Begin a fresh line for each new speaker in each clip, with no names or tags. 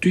Do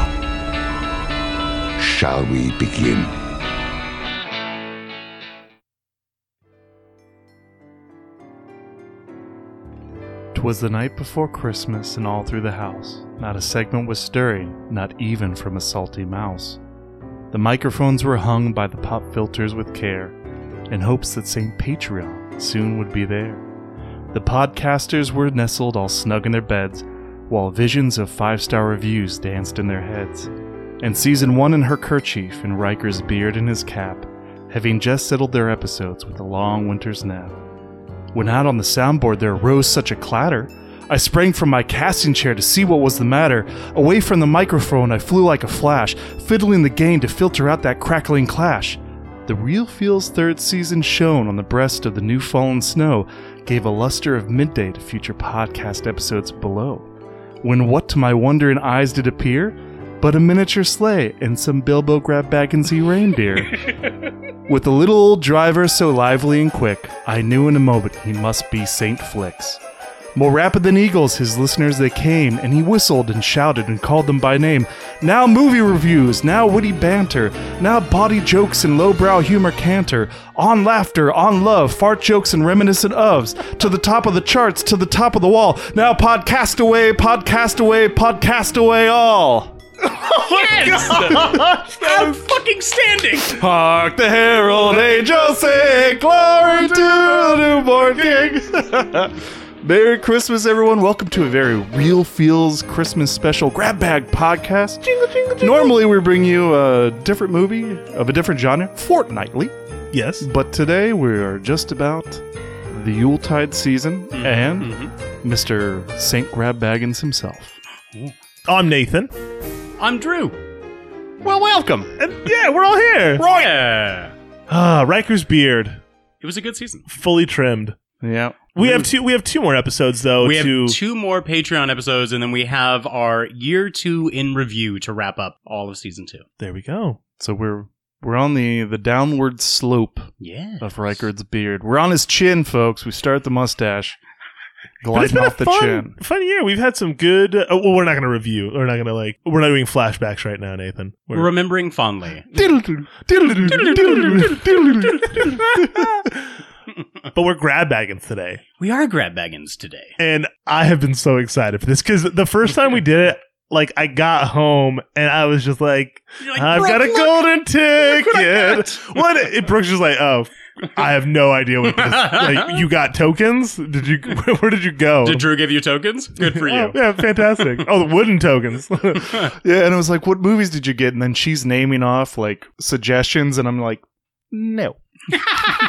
shall we begin?
Twas the night before Christmas, and all through the house, not a segment was stirring, not even from a salty mouse. The microphones were hung by the pop filters with care, in hopes that St. Patreon soon would be there. The podcasters were nestled all snug in their beds, while visions of five star reviews danced in their heads. And season one in her kerchief, and Riker's beard in his cap, having just settled their episodes with a long winter's nap. When out on the soundboard there arose such a clatter, I sprang from my casting chair to see what was the matter. Away from the microphone, I flew like a flash, fiddling the game to filter out that crackling clash. The Real Feels third season shone on the breast of the new fallen snow, gave a luster of midday to future podcast episodes below. When what to my wondering eyes did appear? But a miniature sleigh and some Bilbo grab bag and see reindeer. With the little old driver so lively and quick, I knew in a moment he must be Saint Flicks. More rapid than eagles, his listeners they came, and he whistled and shouted and called them by name. Now movie reviews, now witty banter, now body jokes and lowbrow humor canter, on laughter, on love, fart jokes and reminiscent ofs, to the top of the charts, to the top of the wall. Now podcast away, podcast away, podcast away all.
I'm fucking standing.
Hark the herald angels sing, glory to the newborn king. Merry Christmas, everyone. Welcome to a very real feels Christmas special grab bag podcast. Normally, we bring you a different movie of a different genre fortnightly,
Yes.
but today we are just about the Yuletide season and Mr. Saint Grab Baggins himself.
I'm Nathan.
I'm Drew.
Well, welcome.
And yeah, we're all here.
Right.
Yeah.
Ah, Riker's beard,
It was a good season.
fully trimmed.
Yeah.
We have two. We have two more episodes though.
we have
to,
two more Patreon episodes, and then we have our year two in review to wrap up all of season two.
There we go.
So we're we're on the the downward slope
Yeah.
of Reichard's beard. We're on his chin, folks. We start the mustache,
But
gliding
it's been a
off the
fun,
chin.
fun year. We've had some good. Oh, well, we're not going to review. We're not going to like. We're not doing flashbacks right now, Nathan. We're,
Remembering fondly.
but we're grab baggins today.
We are grab baggins today.
and I have been so excited for this because the first time we did it, like I got home and I was just like,
You're like,
I've
"Brooke,
got a
look,
golden
what I
ticket.
got."
What? It, Brooke's just like, oh, I have no idea what this. Like, you got tokens? Did you? Where, did you go?
Did Drew give you tokens? Good for
Oh,
you.
yeah, fantastic. oh, the wooden tokens.
Yeah, and I was like, "What movies did you get?" And then she's naming off like suggestions, and I'm like, "No,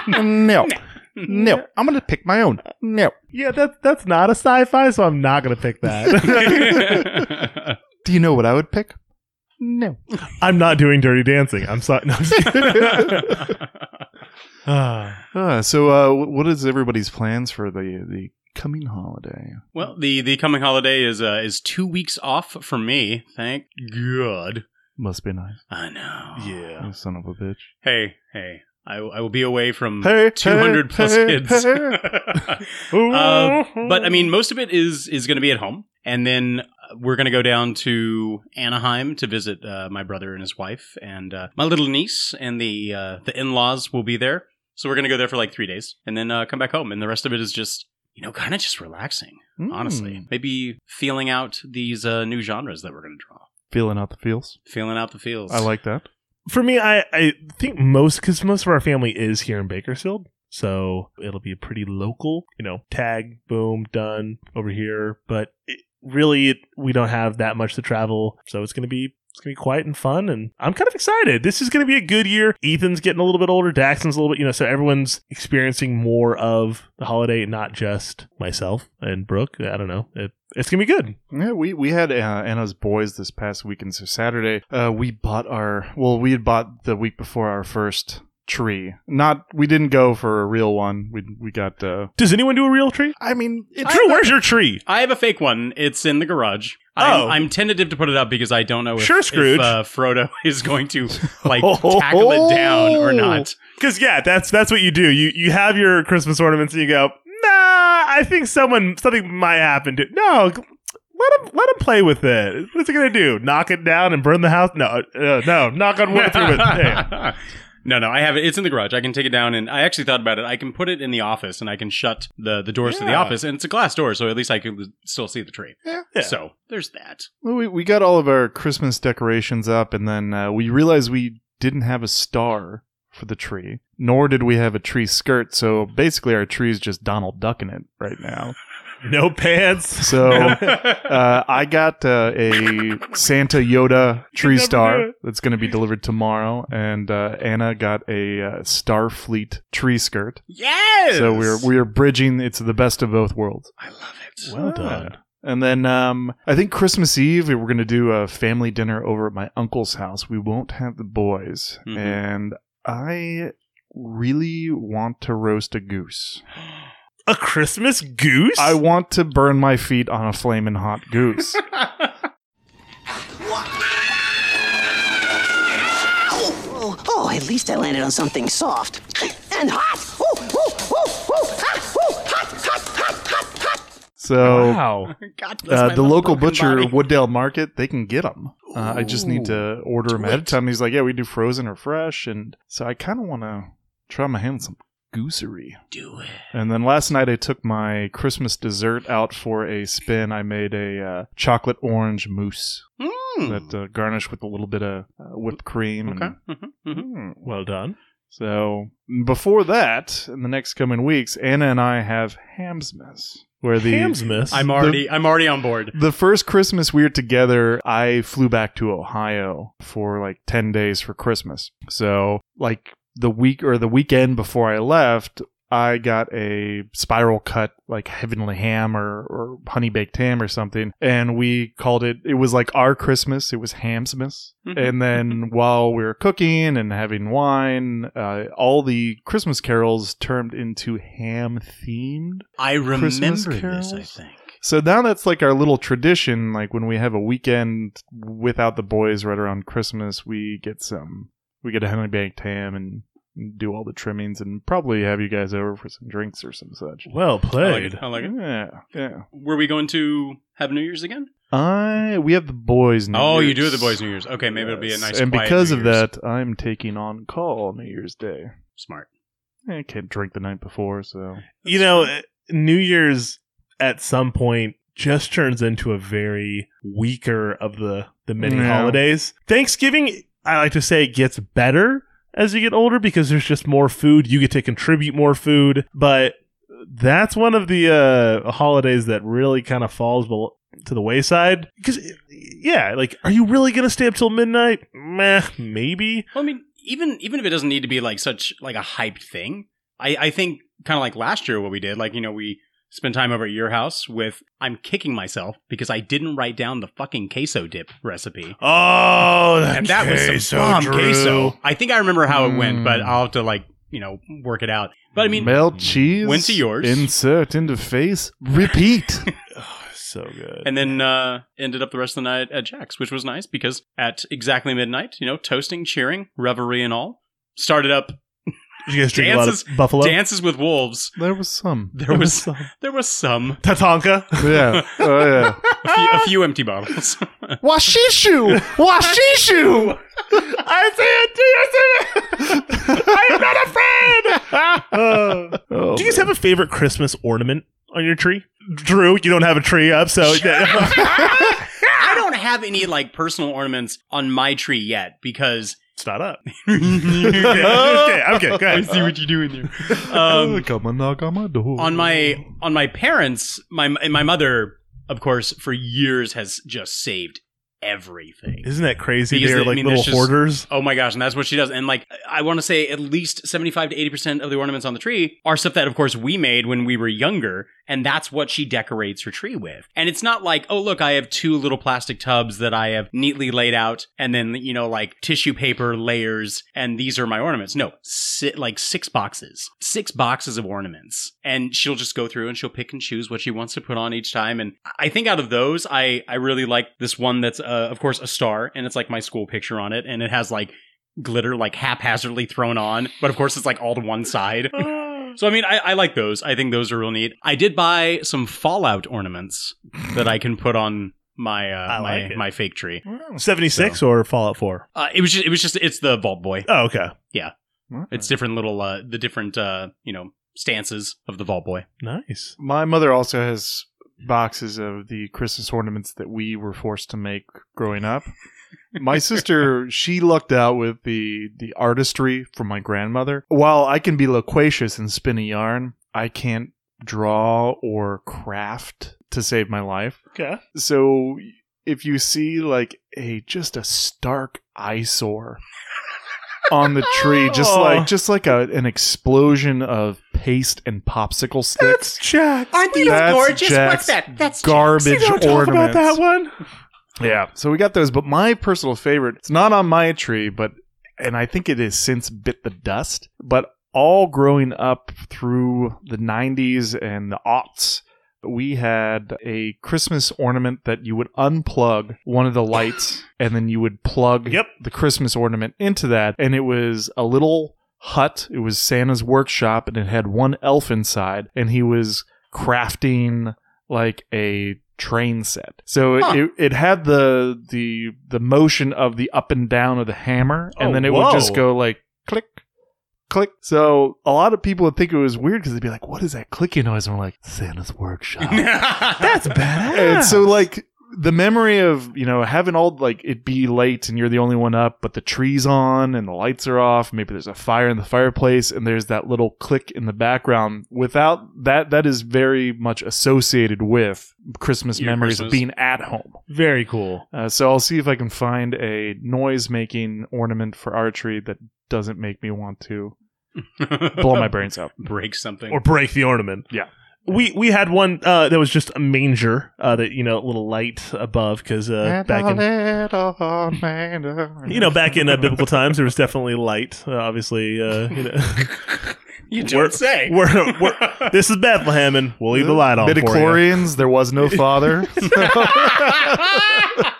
no, no. I'm gonna pick my own. No,
yeah, that's that's not a sci-fi, so I'm not gonna pick that.
do you know what I would pick? No.
I'm not doing Dirty Dancing. I'm sorry. No, I'm just kidding. Ah.
Ah, so, uh, wh- what is everybody's plans for the the coming holiday?
well, the, the coming holiday is uh, is two weeks off for me. Thank God.
Must be nice.
I know.
yeah.
You son of a bitch.
Hey, hey. I, I will be away from
Hey, hey,
200 Hmm. plus
hey,
kids.
hey.
Uh, but I mean, most of it is is going to be at home, and then uh, we're going to go down to Anaheim to visit uh, my brother and his wife, and uh, my little niece, and the uh, the in laws will be there. So we're going to go there for like three days, and then uh, come back home. And the rest of it is just you know kind of just relaxing,
Hmm.
honestly. Maybe feeling out these uh, new genres that we're going to draw,
feeling out the feels.
feeling out the feels.
I like that.
for me, I, I think most because most of our family is here in Bakersfield, so it'll be pretty local. You know, tag, boom, done over here. But it, really, it, we don't have that much to travel, so it's going to be It's gonna be quiet and fun, and I'm kind of excited. This is gonna be a good year. Ethan's getting a little bit older, Daxton's a little bit, you know, so everyone's experiencing more of the holiday, not just myself and Brooke. I don't know. It, it's gonna be good.
Yeah, we we had uh, Anna's boys this past weekend, so Saturday uh, we bought our well, we had bought the week before our first tree. Not we didn't go for a real one. We we got. Uh,
Does anyone do a real tree?
I mean,
Drew, I where's a, your tree?
I have a fake one. It's in the garage. Oh. I'm, I'm tentative to put it up because I don't know if,
sure, Scrooge.
If, uh, Frodo is going to like oh. tackle it down
Oh.
or not.
Because yeah, that's that's what you do. You you have your Christmas ornaments and you go, nah, I think someone something might happen to. No, let him let him play with it. What's he gonna do? Knock it down and burn the house? No, uh, no. Knock on wood through it. Hey.
No, no, I have it. It's in the garage. I can take it down, and I actually thought about it. I can put it in the office, and I can shut the the doors yeah. to the office, and it's a glass door, so at least I can still see the tree.
Yeah.
So there's that.
Well, we we got all of our Christmas decorations up, and then uh, we realized we didn't have a star for the tree, nor did we have a tree skirt. So basically, our tree is just Donald ducking it right now.
no pants.
So uh, I got uh, a Santa Yoda tree star that's going to be delivered tomorrow, and uh, Anna got a uh, Starfleet tree skirt.
Yes.
So we're we're bridging. It's the best of both worlds.
I love it.
Well ah. done.
And then um, I think Christmas Eve we we're going to do a family dinner over at my uncle's house. We won't have the boys, mm-hmm. and I really want to roast a goose.
A Christmas goose?
I want to burn my feet on a flaming hot goose.
oh, oh, oh, at least I landed on something soft and hot. Oh, hot,
hot, hot so,
wow.
God, uh, the local butcher, body. Wooddale Market, they can get them. Uh, I just need to order them ahead of time. He's like, yeah, we do frozen or fresh. And so I kind of want to try my hand on some goosery.
Do it.
And then last night I took my Christmas dessert out for a spin. I made a uh, chocolate orange mousse mm. that uh, garnished with a little bit of uh, whipped cream.
Hmm. Okay. And, mm-hmm. Mm-hmm.
Well done.
So mm, before that, in the next coming weeks, Anna and I have Hamsmas where the
Hamsmas.
I'm already the, I'm already on board.
The first Christmas we were together, I flew back to Ohio for like 10 days for Christmas. So, like the week or the weekend before I left, I got a spiral cut like heavenly ham or, or honey baked ham or something and we called it it was like our Christmas, it was Hamsmas. and then while we were cooking and having wine, uh, all the Christmas carols turned into ham themed.
I remember this, I think.
So now that's like our little tradition. Like when we have a weekend without the boys right around Christmas, we get some, we get a honey baked ham and do all the trimmings and probably have you guys over for some drinks or some such.
Well played.
I like it. I like it.
Yeah, yeah.
Were we going to have New Year's again?
I we have the boys. New
oh,
Year's.
you do have the boys New Year's. Okay, maybe yes. it'll be a nice.
And because
New
of
Year's.
that, I'm taking on call New Year's Day.
Smart.
I can't drink the night before, so
you know, New Year's at some point just turns into a very weaker of the the many yeah. holidays. Thanksgiving, I like to say, gets better as you get older because there's just more food. You get to contribute more food, but that's one of the uh, holidays that really kind of falls below, to the wayside. Because, yeah, like, are you really going to stay up till midnight? Meh, maybe.
Well, I mean, even even if it doesn't need to be like such like a hyped thing, I I think kind of like last year what we did, like you know we spend time over at your house with I'm kicking myself because I didn't write down the fucking queso dip recipe.
Oh, that
and that
queso,
was some bomb
Drew. Hmm.
queso. I think I remember how it went, but I'll have to like you know work it out. But I mean,
melt cheese.
Went to yours.
Insert into face. Repeat.
oh, so good.
And then uh, ended up the rest of the night at Jack's, which was nice because at exactly midnight, you know, toasting, cheering, revelry, and all. Started up
did you guys drink dances, a lot of buffalo?
Dances with wolves.
There was some.
There, there was, was, some. There was some.
Tatanka.
Yeah. Oh, yeah.
a, few, a, few, empty bottles.
Washishu! Washishu! I say it to you, I'm not afraid! Uh, oh, do you guys man. have a favorite Christmas ornament on your tree? Drew, you don't have a tree up, so...
I don't have any, like, personal ornaments on my tree yet because...
It's not up. okay, okay, okay. I
see what you're doing there.
Um, Come and knock on my door.
On my on my parents, my my mother, of course, for years has just saved everything.
Isn't that crazy? Because They're like I mean, little
just,
hoarders.
Oh my gosh, and that's what she does. And like I want to say at least 75 to 80% of the ornaments on the tree are stuff that of course we made when we were younger, and that's what she decorates her tree with. And it's not like, oh look, I have two little plastic tubs that I have neatly laid out and then you know like tissue paper layers and these are my ornaments. No, sit like six boxes. Six boxes of ornaments. And she'll just go through and she'll pick and choose what she wants to put on each time and I think out of those I I really like this one that's uh, of course, a star, and it's like my school picture on it, and it has like glitter like haphazardly thrown on, but of course, it's like all to one side. so I mean, I, I, like those. I think those are real neat. I did buy some Fallout ornaments that I can put on my uh, my
like
my fake tree.
Seventy six so, or Fallout Four?
Uh, it was just, it was just it's the Vault Boy.
Oh, okay,
yeah. Right. It's different little uh, the different uh, you know stances of the Vault Boy.
Nice.
My mother also has boxes of the Christmas ornaments that we were forced to make growing up. My sister, she lucked out with the the artistry from my grandmother. While I can be loquacious and spin a yarn, I can't draw or craft to save my life.
Okay.
So if you see like a just a stark eyesore on the tree, just
Oh.
like just like a, an explosion of paste and popsicle sticks.
That's Jack.
Aren't these
That's
gorgeous?
Jack's
What's that? That's
garbage
See, don't talk about
ornaments.
that one.
Yeah, so we got those, but my personal favorite, it's not on my tree, but and I think it has since bit the dust, but all growing up through the 90s and the aughts, we had a Christmas ornament that you would unplug one of the lights and then you would plug
Yep.
the Christmas ornament into that. And it was a little hut. It was Santa's workshop and it had one elf inside and he was crafting like a train set. So it, it, it had the the the motion of the up and down of the hammer
Oh,
and then it would
whoa.
just go like click click. So a lot of people would think it was weird because they'd be like, "What is that clicking noise?" And we're like, "Santa's workshop."
That's badass.
and so like the memory of you know having all like it be late and you're the only one up, but the tree's on and the lights are off. Maybe there's a fire in the fireplace and there's that little click in the background. Without that, that is very much associated with Christmas
Your
memories of
Christmas.
being at home.
very cool.
Uh, so I'll see if I can find a noise making ornament for archery that doesn't make me want to blow my brains out.
Break something.
Or break the ornament.
Yeah.
We we had one uh, that was just a manger uh, that you know a little light above because uh, back in you know back in uh, biblical times there was definitely light uh, obviously uh, you know
you don't
we're-
say.
we're- we're- this is Bethlehem and we'll leave the light on for you.
Midichlorians, there was no father.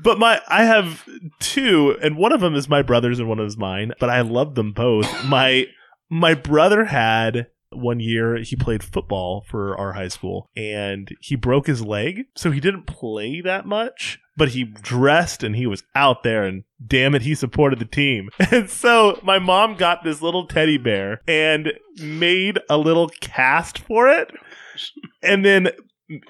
But my, I have two, and one of them is my brother's and one is mine. But I love them both. my my brother had one year he played football for our high school, and he broke his leg, so he didn't play that much. But he dressed and he was out there, and damn it, he supported the team. And so my mom got this little teddy bear and made a little cast for it, and then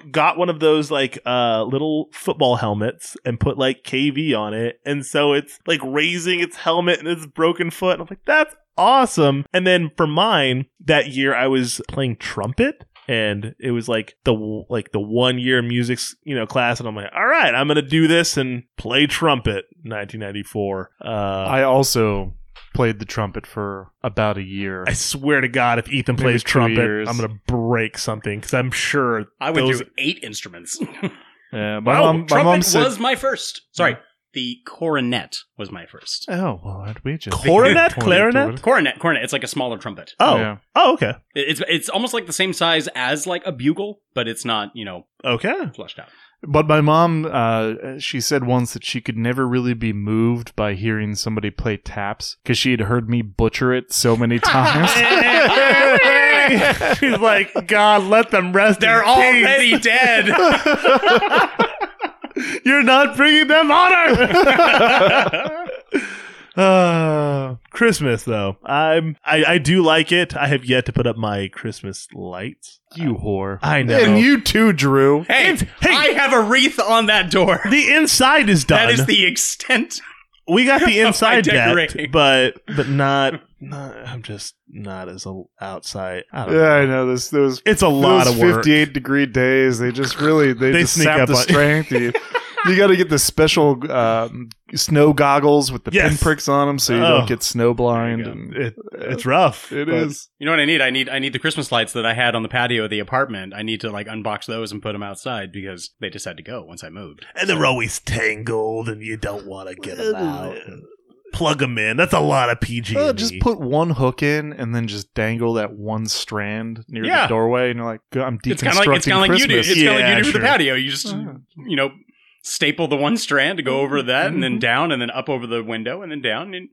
got one of those like uh little football helmets and put like KV on it and so it's like raising its helmet and its broken foot and I'm like that's awesome and then for mine that year I was playing trumpet and it was like the like the one year music you know class and I'm like all right I'm going to do this and play trumpet 1994 uh I,
I also played the trumpet for about a year.
swear to god if Ethan
Maybe
plays
two
trumpet
years.
I'm going to break something cuz I'm sure
I went
those-
through eight instruments.
Yeah, Uh, my
Well,
mom, my
trumpet
mom said,
was my first. Sorry, the coronet was my first.
"Oh, well, aren't we just
Coronet?
pointed
Clarinet?
toward-
Coronet, coronet. It's like a smaller trumpet.
Oh.
Yeah.
Oh, okay.
It- It's it's almost like the same size as like a bugle, but it's not you know
Okay.
flushed out.
But my mom, uh, she said once that she could never really be moved by hearing somebody play taps because she had heard me butcher it so many times.
She's like, God, let them rest. in
They're
peace.
already dead.
You're not bringing them honor. Uh, Christmas though, I'm I, I do like it. I have yet to put up my Christmas lights.
you whore.
I know.
And you too, Drew.
Hey,
hey.
I have a wreath on that door.
the inside is done.
That is the extent.
we got the inside
decorating.
decked, but but not, not. I'm just not as a outside. I don't
Yeah,
know.
I know this. Those
It's a lot
those
of work.
58 degree days. They just really they,
They
just
sneak
sap
up
the
on-
strength. You, you got to get the special uh, snow goggles with the
Yes.
pinpricks on them so you
Oh.
don't get snow blind. And uh,
It, it's rough.
It
but-
is.
You know what I need? I need I need the Christmas lights that I had on the patio of the apartment. I need to like unbox those and put them outside because they just had to go once I moved.
And they're always tangled, and you don't want to get them out. Plug them in. That's a lot of PG.
Uh, just put one hook in and then just dangle that one strand near
Yeah.
the doorway, and you're like, "God, I'm deconstructing
It's kind of like it's kind of like you do. It's
Christmas."
kind of like you
Yeah,
do with the
sure.
patio. You just you know staple the one strand to go over that, and then down, and then up over the window, and then down, and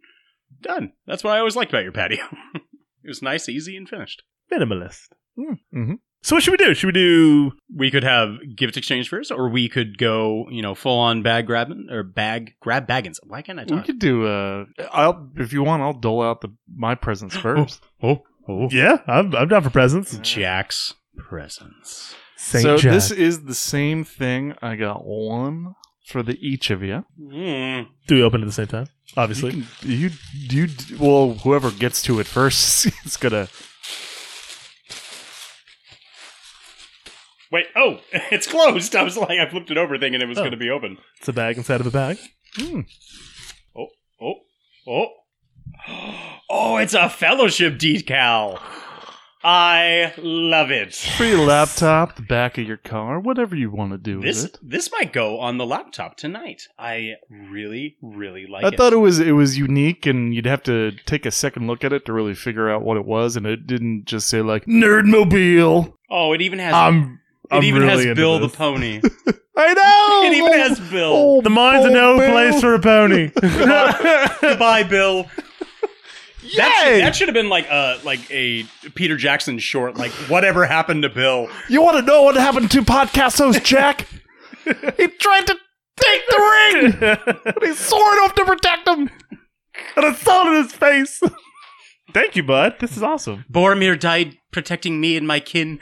done. That's what I always liked about your patio. it was nice, easy, and finished.
minimalist.
Mhm.
So what should we do? Should we do?
We could have gift exchange first, or we could go you know full on bag grabbing or bag grab baggins. Why can't I
We
talk?
could do. Uh, I'll if you want, I'll dole out the my presents first.
Oh, oh,
Yeah, I'm, I'm down for presents.
Jack's presents.
Saint
so
Jack.
this is the same thing. I got one for the each of you.
Mm.
do we open at the same time? Obviously.
You you well, whoever gets to it first is gonna.
Wait, oh, it's closed. I was like, I flipped it over thinking it was
Oh.
going to be open.
It's a bag inside of a bag.
hmm,
Oh, oh, oh. Oh, it's a fellowship decal. I love it.
Free laptop, the back of your car, whatever you want to do
This
with it.
this might go on the laptop tonight. I really, really like
I
it.
thought it was it was unique, and you'd have to take a second look at it to really figure out what it was, and it didn't just say like nerdmobile.
oh, it even has
Ah,
I'm.
it even has
into
Bill
this.
the pony.
I know.
It even
Oh,
has Bill.
oh,
The mine's
oh,
no
Bill.
place for a pony.
Goodbye, Bill. That
Yay!
should, that should have been like a like a Peter Jackson short, like whatever happened to Bill.
You want to know what happened to podcast host Jack? he tried to take the ring. and he swore off to protect him.
an assault in his face. Thank you, bud. This is awesome.
Boromir died protecting me and my kin.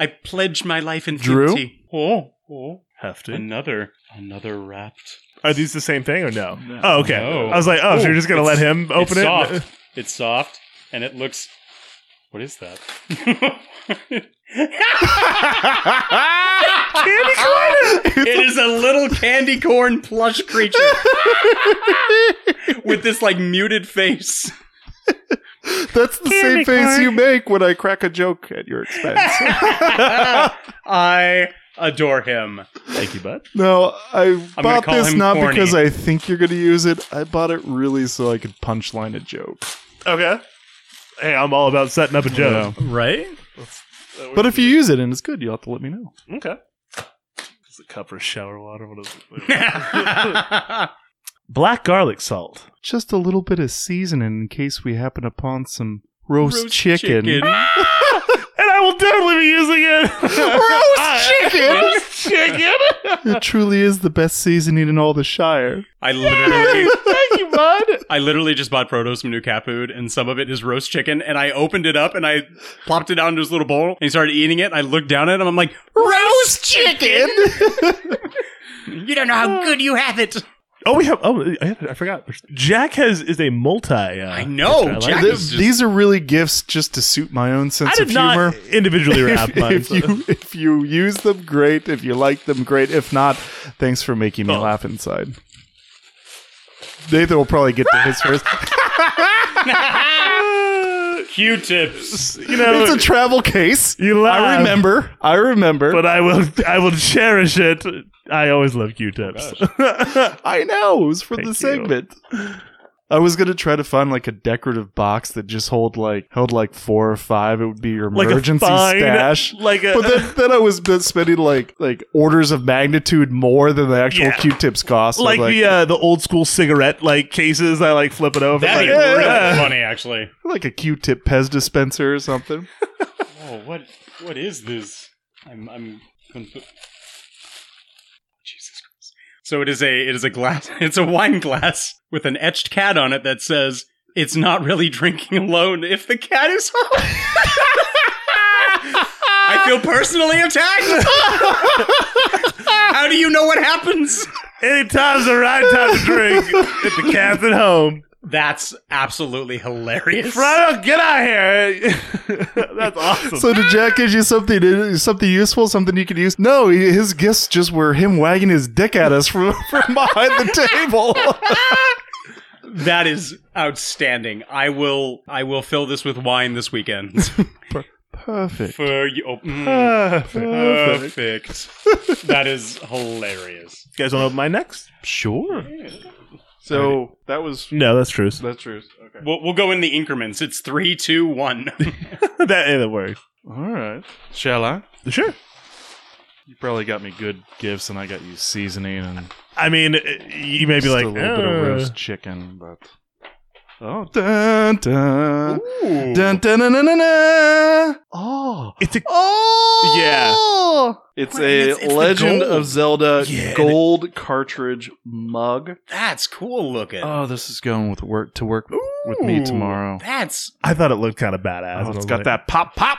I pledged my life in
Drew?
fealty. Oh, oh.
Hefty.
Another, another wrapped.
Are these the same thing or no? Oh, okay.
No.
I was like, oh, so
Ooh,
you're just gonna let
it's-
him open
it's
it?
Soft. it's soft, and it looks. What is that?
Candy corn?
it is a little candy corn plush creature with this like muted face.
That's the same face you make when I crack a joke at your expense.
I adore him.
Thank you, bud.
no, I
gonna
bought
call
this
him
not
corny.
because I think you're going to use it. I bought it really so I could punchline a joke.
Okay. Hey, I'm all about setting up a joke.
Right?
But if you use it and it's good, you'll have to let me know.
Okay. It's a cup for shower water. What is it?
That's
Black garlic salt.
Just a little bit of seasoning in case we happen upon some roast,
Roast
chicken.
chicken.
And I will definitely be using
roast
it. chicken.
chicken! it truly is the best seasoning in all the Shire.
I literally,
Thank you, bud.
I literally just bought Proto some new cat food, and some of it is roast chicken. And I opened it up and I plopped it down into his little bowl, and he started eating it. I looked down at him, I'm like, roast chicken. you don't know how good you have it.
Oh, we have. Oh, I, I forgot. Jack has is a multi. Uh,
I know.
like
Jack
Th-
is just-
these are really gifts just to suit my own sense
I did
of
not
humor.
individually wrap
if,
mine.
if
so-
you if you use them, great. If you like them, great. If not, thanks for making me
Oh.
laugh inside. Nathan will probably get to his first.
Q-tips.
you know,
It's a travel case.
You
I
laugh.
remember. I remember.
but I will. I will cherish it. I always love Q-tips.
I know it was for
Thank
the
you.
segment. I was gonna try to find like a decorative box that just hold like held like four or five. It would be your
Like a
emergency
fine-
stash.
like a-
but then, then I was been spending like like orders of magnitude more than the actual
Yeah.
Q-tips cost. I was
like, the uh, the old school cigarette like cases. I like flip it over.
That'd be
like,
really
yeah.
funny, actually.
like a Q-tip Pez dispenser or something.
Oh, what what is this? I'm I'm conf- Jesus Christ. So it is a it is a glass it's a wine glass with an etched cat on it that says it's not really drinking alone if the cat is home. I feel personally attacked. How do you know what happens?
Anytime's the right time to drink if the cat's at home.
That's absolutely hilarious.
Frodo, get out here. That's awesome.
So did Jack give you something uh, something useful, something you could use? No, he, his gifts just were him wagging his dick at us from, from behind the table.
that is outstanding. I will I will fill this with wine this weekend.
Perfect.
For you, oh, mm,
Oh,
perfect. perfect. that is hilarious.
You guys want to open my next?
Sure.
Yeah.
So that was
no, that's true.
That's true. Okay,
we'll, we'll go in the increments. It's three, two, one.
that that works.
All right. Shall I?
Sure.
You probably got me good gifts, and I got you seasoning. And
I mean, you may be like
a little uh. bit of roast chicken, but Oh, dun dun. Ooh. dun dun dun dun dun dun.
Oh,
it's a
oh
yeah. It's a it's, it's Legend of Zelda yeah, gold it, cartridge mug.
That's cool looking.
Oh, this is going with work to work Ooh, with me tomorrow.
That's
I thought it looked kind of badass.
Oh, it's got like, that pop pop.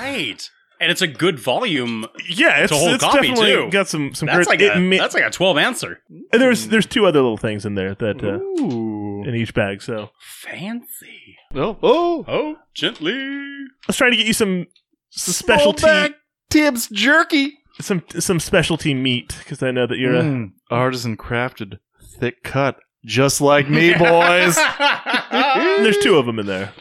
Right. And it's a good volume.
Yeah, it's,
it's
definitely
too.
got some some.
That's, like a, mi- that's like a twelve ouncer.
And there's there's two other little things in there that uh, Ooh. in each bag. So
fancy.
Oh oh
oh! Gently.
I was trying to get you some, some specialty back
Tibbs jerky.
Some some specialty meat because I know that you're mm.
a artisan crafted thick cut, just like me, boys.
there's two of them in there.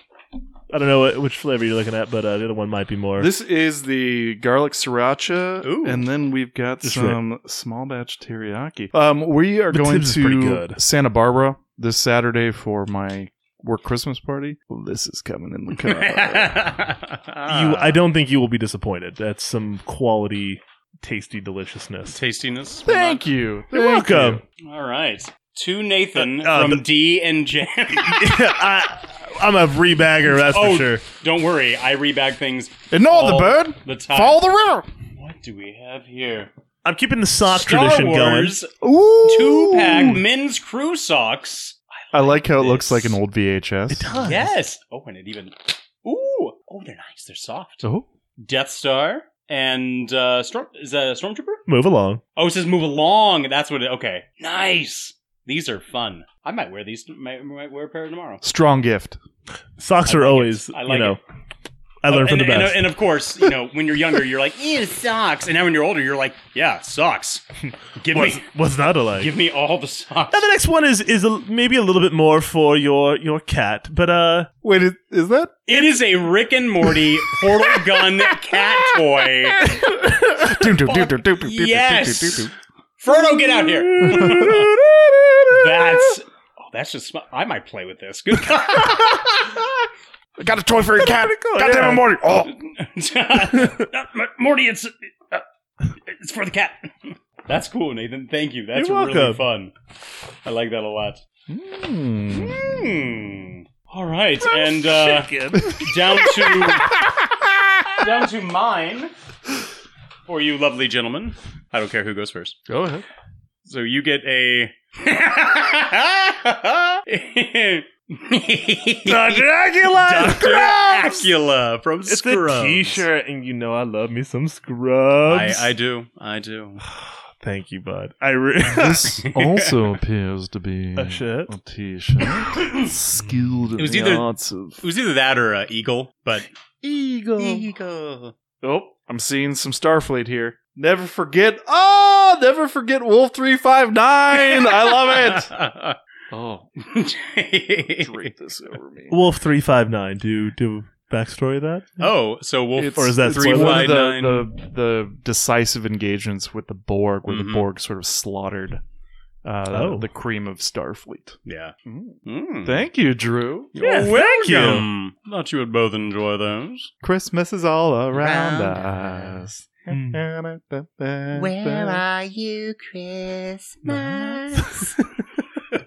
I don't know what, which flavor you're looking at, but uh, the other one might be more.
This is the garlic sriracha,
Ooh. and then we've got That's some right. small batch teriyaki. Um, we are
the
going
to
Santa Barbara this Saturday for my work Christmas party. Well, this is coming in the car.
Ah,
you, I don't think you will be disappointed. That's some quality, tasty deliciousness.
Tastiness.
Thank you.
Thank
you're welcome.
You. All right. To Nathan uh, uh, from the- D and J.
yeah, I'm a rebagger, that's
oh,
for sure.
Don't worry, I rebag things.
Ignore the bird. The time. Follow the river.
What do we have here?
I'm keeping the sock
Star
Uh, tradition
Wars
going. Ooh.
Two pack men's crew socks.
I like, I like how this. it looks like an old VHS.
It does.
Yes. Oh, and it even. Ooh. Oh, they're nice. They're soft.
Oh.
Death Star and uh, Storm. Is that a Stormtrooper?
Move along.
Oh, it says move along. That's what it. Okay. Nice. These are fun. I might wear these. Might, might wear a pair tomorrow.
Strong gift.
Socks
like
are always.
It. I like
you know,
it.
I
oh, and,
learned from the best.
And, and, of course, you know, when you're younger, you're like, "Ew, socks." And now when you're older, you're like, "Yeah, socks." Give
what's,
me
what's not alike.
Give me all the socks.
Now the next one is is a, maybe a little bit more for your your cat, but uh,
wait, is, is that?
It is a Rick and Morty portal gun cat toy. yes. Frodo, get out here. that's oh, that's just sm- I might play with this. Good God.
I got a toy for your cat. God damn yeah. it, Morty!
Oh, Morty, it's uh, it's for the cat. That's cool, Nathan. Thank you. That's really fun. I like that a lot.
Mm.
Mm. All right, oh, and uh, down to down to mine for you, lovely gentlemen. I don't care who goes first.
Go ahead.
So you get a.
Dr. Acula!
Dr. Acula from
it's
Scrubs.
a t-shirt, and you know I love me some Scrubs.
I, I do. I do.
Thank you, bud. I re-
this also appears to be
a shirt,
a t-shirt. Skilled in
it was
the
either,
arts of
it was either that or uh, eagle, but
eagle.
Eagle.
Oh, I'm seeing some Starfleet here. Never forget. Oh,
Ah,
never forget Wolf 359. I
Oh.
love it. oh. Drink this over me.
Wolf 359. Do do backstory that?
Oh, so Wolf
it's, or is that
it's
spoiler?
one
Five
of the,
nine.
the, the decisive engagements with the Borg where
Mm-hmm.
the Borg sort of slaughtered uh,
Oh.
the cream of Starfleet.
Mm-hmm.
Yeah.
Mm. Thank you, Drew.
Yeah,
Oh,
thank you.
welcome. Thought you would both enjoy those.
Christmas is all around,
Round
us.
Where are you, Christmas?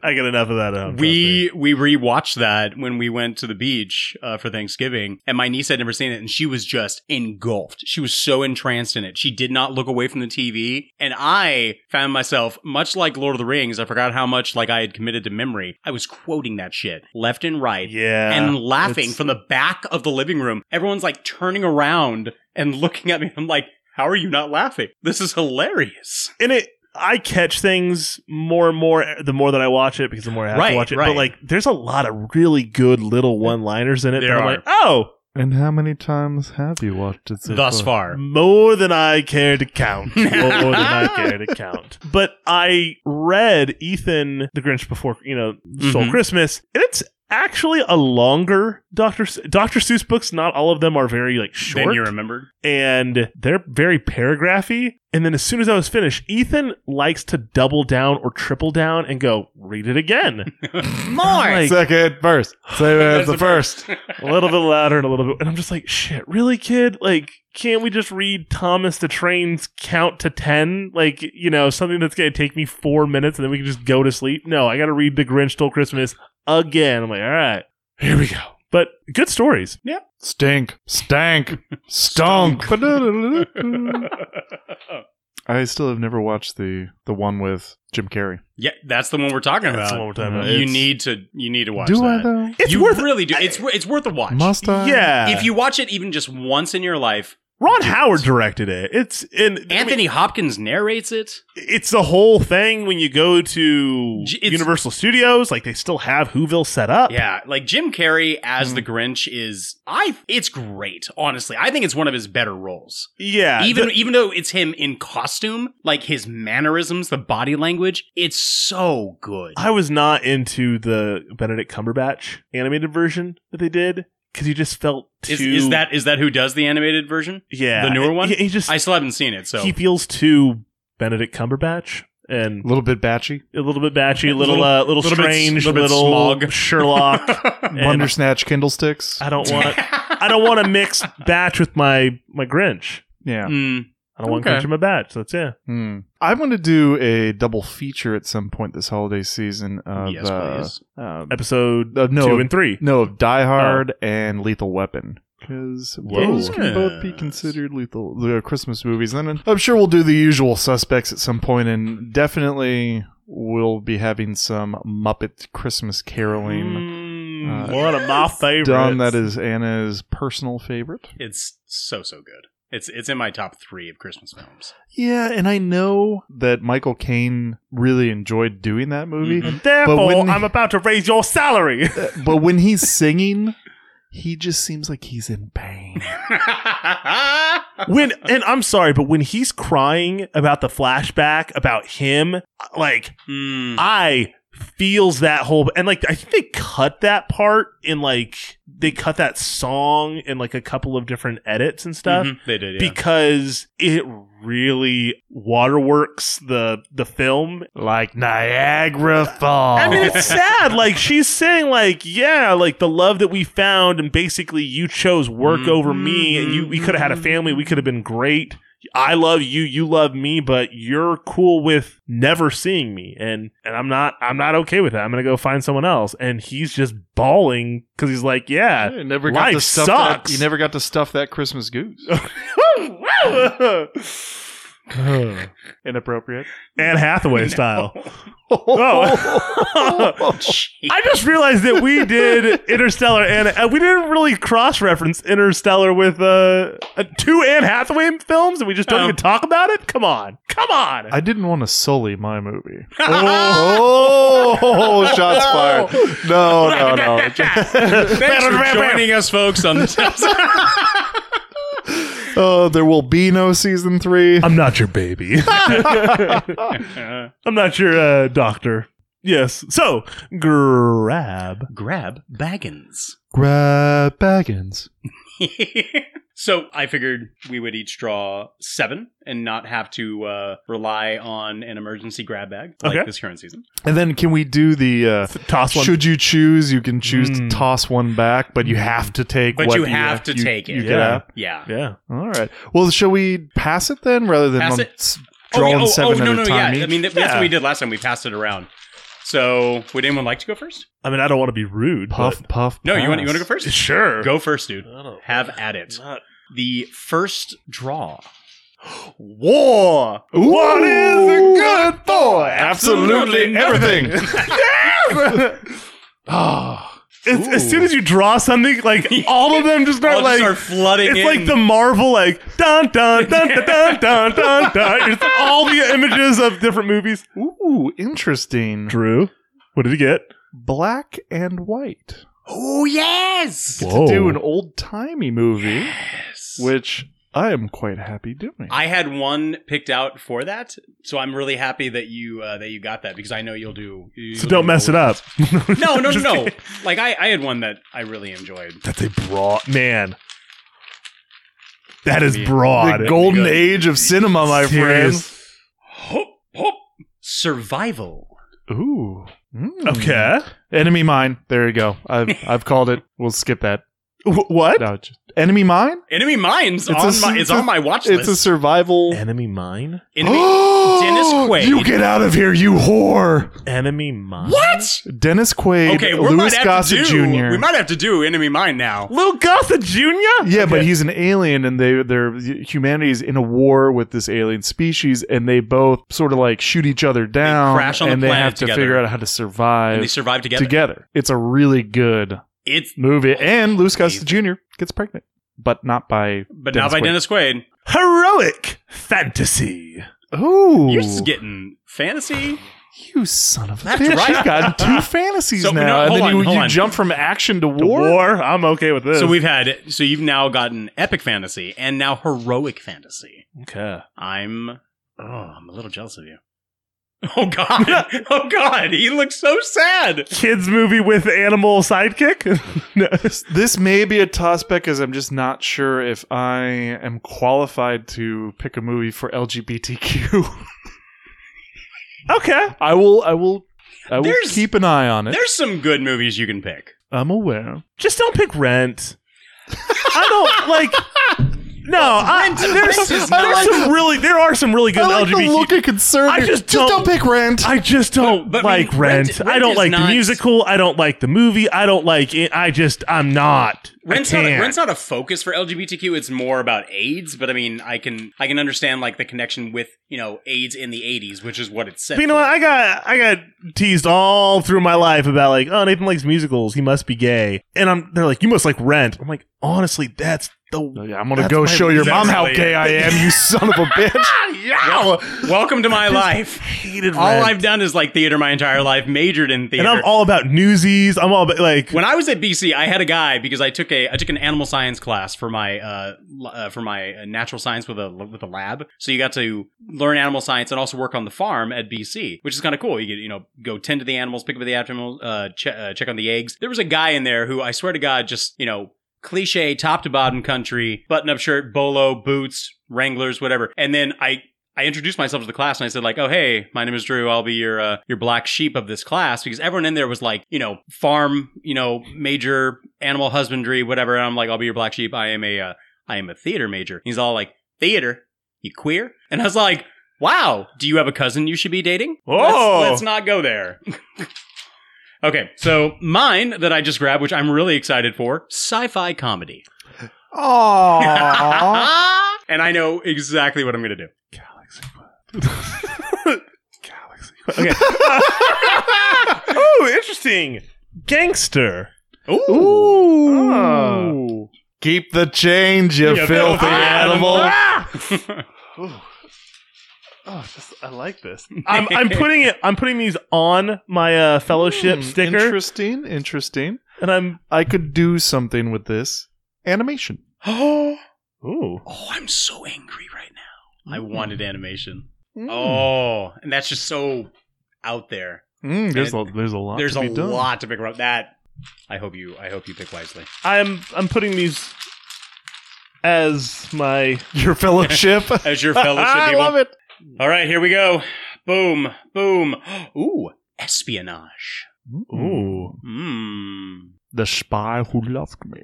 I got enough of that. At home,
we we rewatched that when we went to the beach uh, for Thanksgiving, and my niece had never seen it, and she was just engulfed. She was so entranced in it, she did not look away from the TV. And I found myself much like Lord of the Rings. I forgot how much like I had committed to memory. I was quoting that shit left and right,
Yeah,
and laughing
it's-
from the back of the living room. Everyone's like turning around and looking at me. I'm like, how are you not laughing? This is hilarious.
and it
I catch things more and more the more that I watch it because the more I have
Right,
to watch it.
right.
But like, there's a lot of really good little one-liners in it.
There
that I'm
are.
like, oh,
And how many times have you watched it so
Thus far.
more than I care to count. more, more than I care to count. But I read Ethan the Grinch before you know Soul
Mhm.
Christmas, and it's actually a longer Doctor Doctor Seuss books. Not all of them are very like short.
Then you remembered.
and they're very paragraphy. And then as soon as I was finished, Ethan likes to double down or triple down and go read it again.
More.
Like-
Second verse. Same as the first.
a little bit louder and a little bit and i'm just like shit really kid like can't we just read thomas the train's count to 10 like you know something that's going to take me four minutes and then we can just go to sleep no i gotta read the grinch stole christmas again i'm like all right here we go but good stories
Yeah.
Stink, stank, stunk. I still have never watched the the one with Jim Carrey.
Yeah, that's the one we're talking about.
That's the one we're talking about.
You
It's-
need to you need to watch
Do
that.
I though?
It's
you
worth it.
really do. It's it's worth a watch.
Must I?
yeah
If you watch it even just once in your life,
ron howard directed it it's in
Anthony Hopkins narrates it.
it's the whole thing when you go to
J- it's-
universal studios like they still have whoville set up
Yeah, like Jim Carrey as the Grinch is I it's great, honestly. I think it's one of his better roles.
Uh,
yeah
even
the-
even though it's him in costume, like his mannerisms, the body language, it's so good.
I was not into the Benedict Cumberbatch animated version that they did because he just felt too.
Is, is that is that who does the animated version?
yeah
the newer one?
He, he just
I still haven't seen it, so
he feels too Benedict Cumberbatch and
A little bit batchy.
a little bit batchy, a little uh, little,
little bit s-
strange,
little bit
little,
smog.
Sherlock. and
Wondersnatch Kindle sticks.
I don't want I don't want to mix batch with my my Grinch.
yeah.
Mm.
I don't want
Okay.
Grinch in my batch. So that's yeah.
Hmm. I want to do a double feature at some point this holiday season of
Yes,
uh,
please.
um,
Episode
Uh, no.
two and three. Oh.
no of Die Hard and Lethal Weapon because those can both be
Yes.
considered lethal the Christmas movies. And then I'm sure we'll do the usual suspects at some point, and definitely we'll be having some Muppet Christmas caroling.
Mm,
Uh,
one of my favorites.
Done that is Anna's personal favorite.
It's so so good. It's it's in my top three of Christmas films.
Yeah, and I know that Michael Caine really enjoyed doing that movie.
Therefore,
when-
I'm about to raise your salary.
but when he's singing, he just seems like he's in pain.
Mm-hmm.
when and I'm sorry, but when he's crying about the flashback about him, like Hmm.
Mm.
I feels that whole and like I think they cut that part in like they cut that song in like a couple of different edits and stuff
Mhm, They did, yeah.
because it really waterworks the the film
Like Niagara Falls.
I mean, it's sad. Like she's saying, like, yeah, like the love that we found, and basically you chose work over me, and you we could have had a family, we could have been great. I love you, you love me, but you're cool with never seeing me, and and I'm not, I'm not okay with that. I'm gonna go find someone else, and he's just bawling because he's like, yeah.
You never
Life
got to stuff
sucks.
That, you never got to stuff that Christmas goose. Inappropriate.
Anne Hathaway style.
Oh.
I just realized that we did Interstellar and uh, we didn't really cross reference Interstellar with uh, uh, two Anne Hathaway films, and we just don't
Oh.
even talk about it. Come on, come on.
I didn't want to sully my movie. oh, shots fired. No, no, no.
Thanks for joining us, folks. On this
Oh, there will be no season three.
I'm not your baby. I'm not your uh, doctor. Yes. So grab.
grab Baggins.
Grab Baggins.
so I figured we would each draw seven and not have to uh, rely on an emergency grab bag like
Okay.
this current season.
And then can we do the uh,
Toss one.
should you choose, you can choose
Mm.
to toss one back, but you have to take
But
what
you have to
you-
take it.
You get
Yeah.
out.
Yeah.
yeah.
All right. Well, shall we pass it then rather than
Pass
on
it?
s-
Oh, yeah,
drawing
oh,
seven
oh, no,
at
no,
a time?
yeah. I
each?
mean, that, that's
Yeah.
what we did last time. We passed it around. So would anyone like to go first?
I mean, I don't want to be rude.
puff,
but-
puff.
No, you want you
pass.
want to go first?
Sure.
Go first, dude.
I don't-
Have at it.
Not-
The first draw.
War.
What is a good for?
Absolutely
everything. Ah,
As, as soon as you draw something, like all of them just start
All
like
just start flooding
It's
in.
like the Marvel, like dun dun dun dun dun dun dun. dun. It's all the images of different movies.
Ooh, interesting.
Drew, what did you get?
Black and white.
Oh yes.
To do an old timey movie, which I am quite happy doing.
I had one picked out for that, so I'm really happy that you uh, that you got that because I know you'll do. you'll
So don't
do
mess it up.
well. No, no, no. Like I, I had one that I really enjoyed.
That's a broad man. That is broad.
The golden age of cinema, my friend.
Serious.
Hop, hop. Survival.
Ooh. Mm.
Okay.
Enemy mine. There you go. I've I've called it. We'll skip that.
Wh- What?
No, just, enemy mine.
Enemy Mines
It's a
on
s-
my,
it's
is
a-
on my watch
It's
list.
a survival.
Enemy mine.
Enemy Dennis Quaid.
You get out of here, you whore.
Enemy mine.
What?
Dennis Quaid,
Okay, we might
Louis
have
Gossett
to do,
Jr.
We might have to do Enemy Mine now.
Lil Gossett Jr.
yeah, but he's an alien, and they they're humanity is in a war with this alien species, and they both sort of like shoot each other down,
crash on the
and they
planet
have to
together.
figure out how to survive.
And they survive together.
It's a really good
It's
movie, and Louis Gossett Jr. gets pregnant, but not by
but not by
Quaid.
Dennis Quaid.
Heroic fantasy.
Ooh,
You're just getting fantasy.
You son of a
That's
bitch!
right.
You've gotten two fantasies
So,
now,
no,
and
hold
then
on,
you,
hold
you
on.
jump from action to
War?
war.
I'm okay with this.
So we've had so you've now gotten epic fantasy and now heroic fantasy.
okay.
I'm oh, I'm a little jealous of you. Oh god. oh god, he looks so sad.
kids movie with animal sidekick. no.
This may be a toss back because I'm just not sure if I am qualified to pick a movie for LGBTQ.
Okay.
I will. I will. I will
There's-
keep an eye on it.
There's some good movies you can pick.
I'm aware.
Just don't pick Rent. I don't like. No, I, there's,
Rent is
there's
not-
some really there are some really good
I like
LGBT.
the look of concern.
I just
just
don't-
don't pick Rent.
I just don't
But- but I mean,
like Rent.
Rent-
I
Rent
don't
is
like
not-
the musical. I don't like the movie. I don't like it. I just I'm not.
Rent's
I
not, a,
can't.
Rent's not a focus for LGBTQ. It's more about AIDS, but I mean, I can I can understand like the connection with you know AIDS in the '80s, which is what it's set.
But you know
for.
what? I got I got teased all through my life about like, oh Nathan likes musicals, he must be gay. And I'm they're like, you must like Rent. I'm like, honestly, that's the
Oh, Yeah, I'm gonna
that's
go
my
show your mom how
Exactly.
gay I am. You son of a bitch.
yeah.
Welcome to my life.
hated
All
Rent.
I've done is like theater my entire life. Majored in theater.
and I'm all about newsies. I'm all about like
when I was at BC, I had a guy because I took a I took an animal science class for my uh, l- uh for my uh, natural science with a with a lab. So you got to learn animal science and also work on the farm at BC, which is kind of cool. You could you know go tend to the animals, pick up the animals, uh, che- uh, check on the eggs. There was a guy in there who I swear to God just you know cliche top to bottom country button up shirt, bolo boots, Wranglers, whatever. And then I I introduced myself to the class and I said like, "Oh hey, my name is Drew. I'll be your uh, your black sheep of this class." Because everyone in there was like, you know, farm, you know, major animal husbandry, whatever. And I'm like, "I'll be your black sheep. I am a uh, I am a theater major." He's all like, "Theater? You queer?" And I was like, "Wow, do you have a cousin you should be dating?" Let's-
Oh.
let's, not go there. okay, so mine that I just grabbed, which I'm really excited for, sci-fi comedy.
Aww.
and I know exactly what I'm going to do.
Oh, interesting. Gangster.
Ooh.
Ah.
Keep the change, you,
You
filthy
filthy
animal.
Oh, I like this. I'm, I'm putting it. I'm putting these on my uh, fellowship
Hmm,
sticker,
Interesting, interesting.
and I'm.
I could do something with this animation.
Oh, ooh.
Oh, I'm so angry right now. I
Mm-hmm.
wanted animation.
Hmm. Mm.
Oh, and that's just so out there.
Mm, there's
And
a there's a lot.
There's
to
a
be done.
lot to pick up. That I hope you I hope you pick wisely.
I'm. I'm putting these as my.
Your fellowship.
As your fellowship
I
people.
love it.
All right, here we go. Boom, boom. Ooh, espionage.
Hmm. Ooh,
Mmm.
the spy who loved me.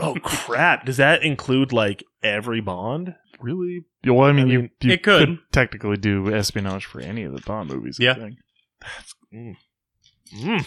Oh crap! Does that include like every Bond?
Really? Yeah, Well, I mean,
mean,
you, you
it could.
technically do espionage for any of the Bond movies. I
Yeah.
think.
Mm.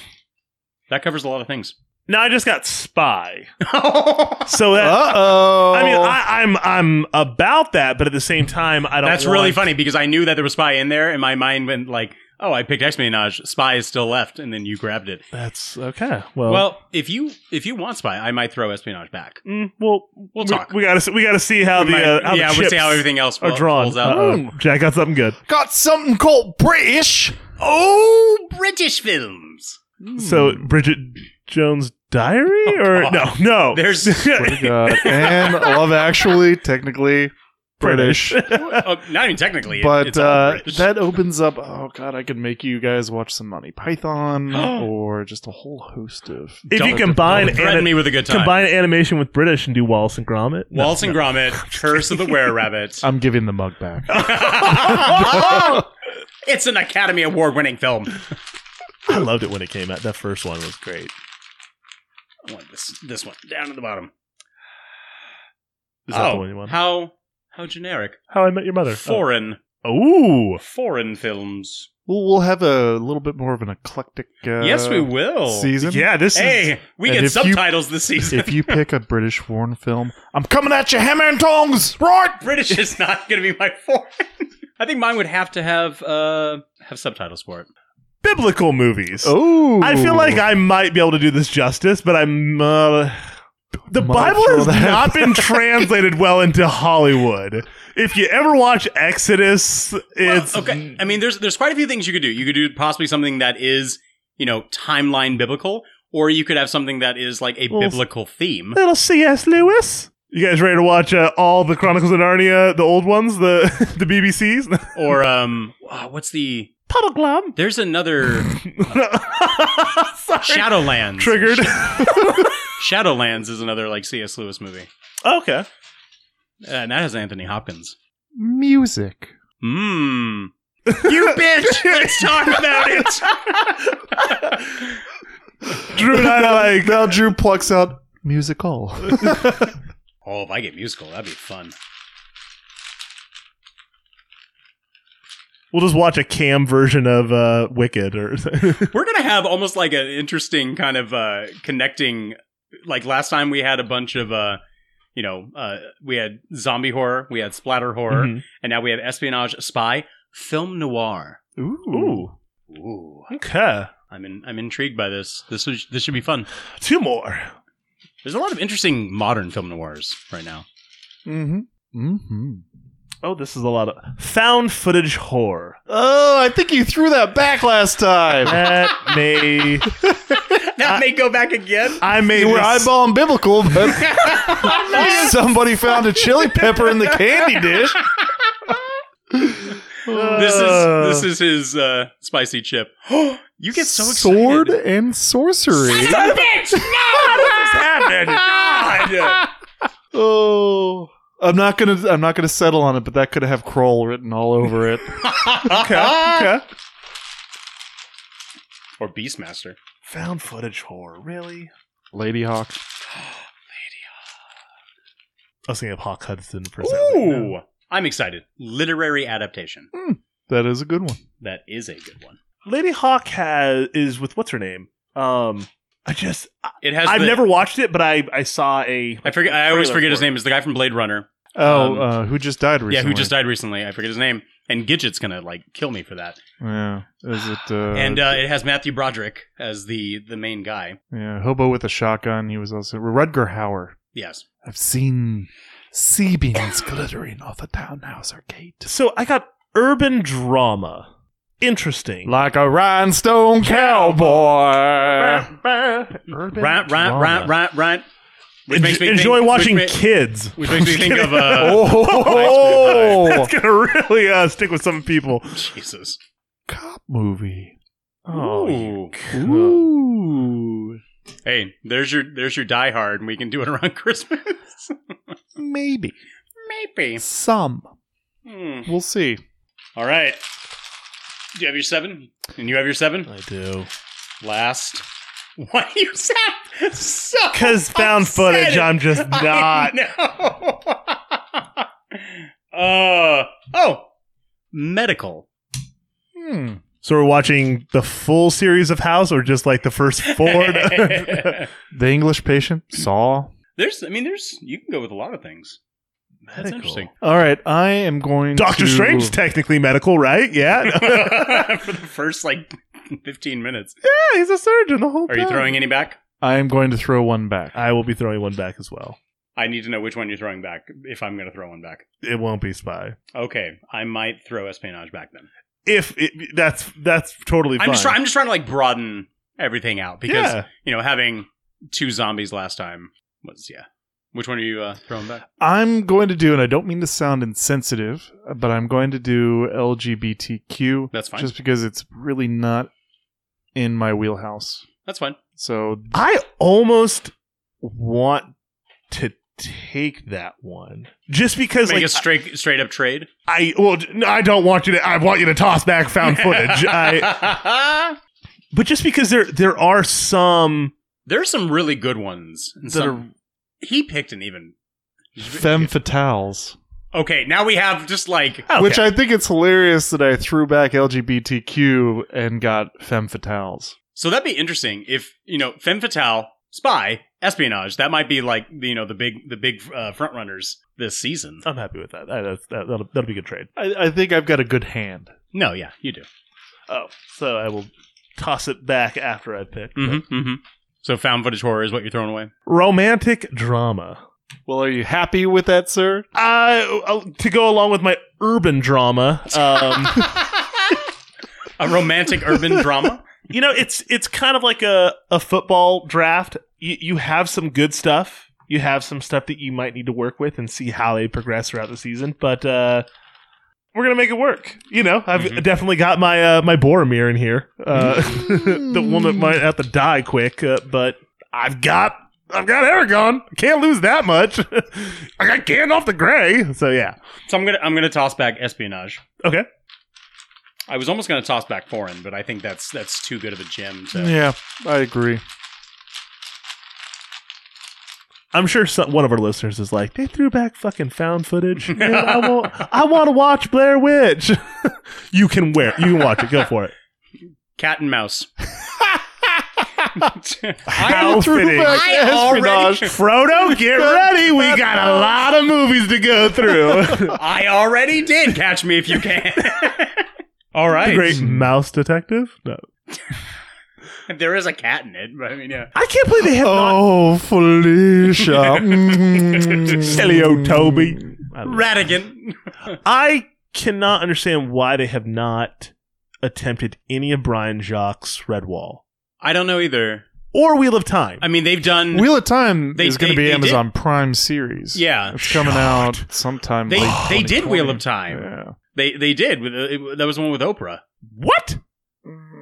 That covers a lot of things.
No, I just got spy.
that's
So that,
Uh oh.
I mean, I, I'm I'm about that, but at the same time, I don't.
really
want-
funny because I knew that there was spy in there and my mind went like Oh, I picked espionage. Spy is still left, and then you grabbed it.
That's okay.
Well,
Oh.
Well,
if you if you want spy, I might throw espionage back.
Mm, well,
we'll talk.
We, gotta we gotta see how the
We might-
uh, how the
yeah, we'll see
chips
how everything else
are
fall-
drawn.
falls out.
Uh-oh.
Mm.
Jack got something good.
Got something called British.
Oh, British films.
So
Hmm.
Bridget Jones' Diary,
Oh,
or no, no,
there's
God. and Love Actually, technically British.
Oh, not even technically, it-
But
it's all
uh,
British.
that opens up. Oh God, I could make you guys watch some Monty Python or just a whole host of.
if you combine
don't threaten
ani-
me with a good time.
combine animation with British and do Wallace and Gromit. No.
Wallace and Gromit, Curse of the Were Rabbit.
I'm giving the mug back.
it's an Academy Award winning film.
I loved it when it came out. That first one was great.
I want this this one down at the bottom.
Is
Oh.
that the one you want?
How how generic?
How I Met Your Mother.
Foreign
Oh. Ooh.
foreign films.
We'll, we'll have a little bit more of an eclectic. Uh,
yes, we will.
Season.
Hey, we
And
get
if you-
subtitles this season.
if you pick a British foreign film,
I'm coming at you, hammer and tongs. Right.
British is not going to be my foreign. I think mine would have to have uh have subtitles for it.
Biblical movies.
Oh.
I feel like I might be able to do this justice, but I'm. Uh, the Bible has not been translated well into Hollywood. If you ever watch Exodus, it's
Oh, Okay, I mean, there's there's quite a few things you could do. You could do possibly something that is you know timeline biblical, or you could have something that is like a
Well,
biblical theme.
little C.S. Lewis. You guys ready to watch uh, all the Chronicles of Narnia, the old ones, the the BBCs?
Or um, oh, what's the
Puddle glum.
There's another Shadowlands.
Triggered.
Shadowlands is another like C.S. Lewis movie, Uh,
okay.
and that has Anthony Hopkins.
music.
Mmm. You bitch! Let's talk about it.
Drew and I are like,
now Drew plucks out musical.
oh, if I get musical, that'd be fun.
we'll just watch a cam version of uh, Wicked or
We're gonna have almost like an interesting kind of uh, connecting. Like last time, we had a bunch of, uh, you know, uh, we had zombie horror, we had splatter horror,
Mhm.
and now we have espionage, spy, film noir.
Ooh.
Ooh,
Okay.
I'm in, I'm intrigued by this. This is, this should be fun.
Two more.
There's a lot of interesting modern film noirs right now.
Mm-hmm. Mm-hmm.
Oh, this is a lot of found footage horror.
Oh, I think you threw that back last time.
That may
That may go back again.
I may
you were
mis-
eyeballing biblical, but somebody found a chili pepper in the candy dish.
This
Uh,
is this is his uh, spicy chip. you get so excited.
Sword and sorcery.
God.
Oh, I'm not gonna. I'm not gonna settle on it, but that could have crawl written all over it.
okay. okay.
or Beastmaster.
Found footage horror, really?
Lady Hawk.
I was thinking of Hawk Hudson for a second.
Ooh, I'm excited. Literary adaptation.
That is a good one.
That is a good one.
Lady Hawk has is with what's her name? Um, I just I,
It has.
I've
the-
never watched it, but I I saw a
I forget. I always
trailer
forget
for
his
it.
name. Is the guy from Blade Runner?
Oh,
Um,
uh, who just died recently?
Yeah, who just died recently. I forget his name. And Gidget's gonna like kill me for that.
Yeah, is it? Uh,
and uh, it has Matthew Broderick as the the main guy.
yeah, hobo with a shotgun. He was also Rudger Hauer.
Yes.
I've seen sea beams glittering off the townhouse arcade.
So I got urban drama. Interesting.
Like a rhinestone cowboy. Urban
Right, right, right, right, right. Which
Enj-
makes me think-
enjoy
which
watching
ma-
kids.
Which makes me think of uh,
Oh,
That's gonna really uh, stick with some people.
Jesus.
cop movie.
Oh,
Ooh.
Ooh,
Hey, there's your there's your Die Hard, and we can do it around Christmas.
maybe
Maybe.
some.
Hmm.
We'll see.
All right. Do you have your seven? And you have your seven?
I do.
Last. Why you sound so?
Because found footage,
upsetting.
I'm just not.
No. uh oh. Medical.
Hmm.
So we're watching the full series of House, or just like the first four.
there's.
The English Patient. Saw.
I mean, there's. You can go with a lot of things. That's interesting.
All right, I am going.
Doctor
to-
Strange, technically medical, right? Yeah.
For the first like fifteen minutes.
yeah, he's a surgeon the whole
Are you
time.
throwing any back?
I am going to throw one back.
I will be throwing one back as well.
I need to know which one you're throwing back. If I'm going to throw one back,
It won't be spy.
okay, I might throw espionage back then.
If it, that's that's totally fine.
I'm just try- I'm just trying to like broaden everything out because
Yeah.
you know having two zombies last time was yeah. Which one are you uh, throwing back?
I'm going to do, and I don't mean to sound insensitive, but I'm going to do LGBTQ.
That's fine.
Just because it's really not in my wheelhouse.
That's fine.
So
I almost want to take that one just because
Make
like
a straight straight up trade.
I well no, I don't want you to I want you to toss back found footage. I but just because there there are some
There's some really good ones. and
That
some- he picked an even.
femme fatales.
Okay, now we have just like
Which I think it's hilarious that I threw back LGBTQ and got femme fatales.
So that'd be interesting if you know femme fatale, spy, espionage. That might be like you know the big the big uh, front runners this season.
I'm happy with that. I, that's, that that'll, that'll be a good trade.
I, I think I've got a good hand.
No, yeah, you do.
Oh, so I will toss it back after I pick.
Mm-hmm, mm-hmm. So found footage horror is what you're throwing away.
Romantic drama.
Well, are you happy with that, sir?
I uh, to go along with my urban drama. Um,
A romantic urban drama.
you know, it's it's kind of like a a football draft. You, you have some good stuff. You have some stuff that you might need to work with and see how they progress throughout the season. But uh, we're gonna make it work. You know, I've
Mhm.
definitely got my uh, my Boromir in here. Uh, the one that might have to die quick, uh, but I've got I've got Aragon. Can't lose that much. I got Gandalf off the Gray. So yeah.
So I'm gonna I'm gonna toss back espionage.
Okay.
I was almost gonna toss back foreign, but I think that's that's too good of a gem. To,
Yeah, I agree.
I'm sure some, one of our listeners is like, they threw back fucking found footage. Man, I want, I want to watch Blair Witch. you can wear, you can watch it. Go for it.
Cat and mouse.
How fitting.
I already-
Frodo, get ready. We got a lot of movies to go through.
I already did. Catch me if you can. All right.
Great mouse detective. No.
There is a cat in it, but I mean, yeah.
I can't believe they have
Oh, Felicia.
Mm.
Mm-hmm.
Hello, Toby.
Radigan.
I cannot understand why they have not attempted any of Brian Jacques' Redwall
I don't know either.
or Wheel of Time.
I mean, they've done.
Wheel of Time
They-
is going
they-
to be
they
Amazon Prime series.
Yeah.
It's coming out sometime
They-
late
they did
2020.
Wheel of Time.
Yeah.
They they did. With, uh, it- that was one with Oprah,
What?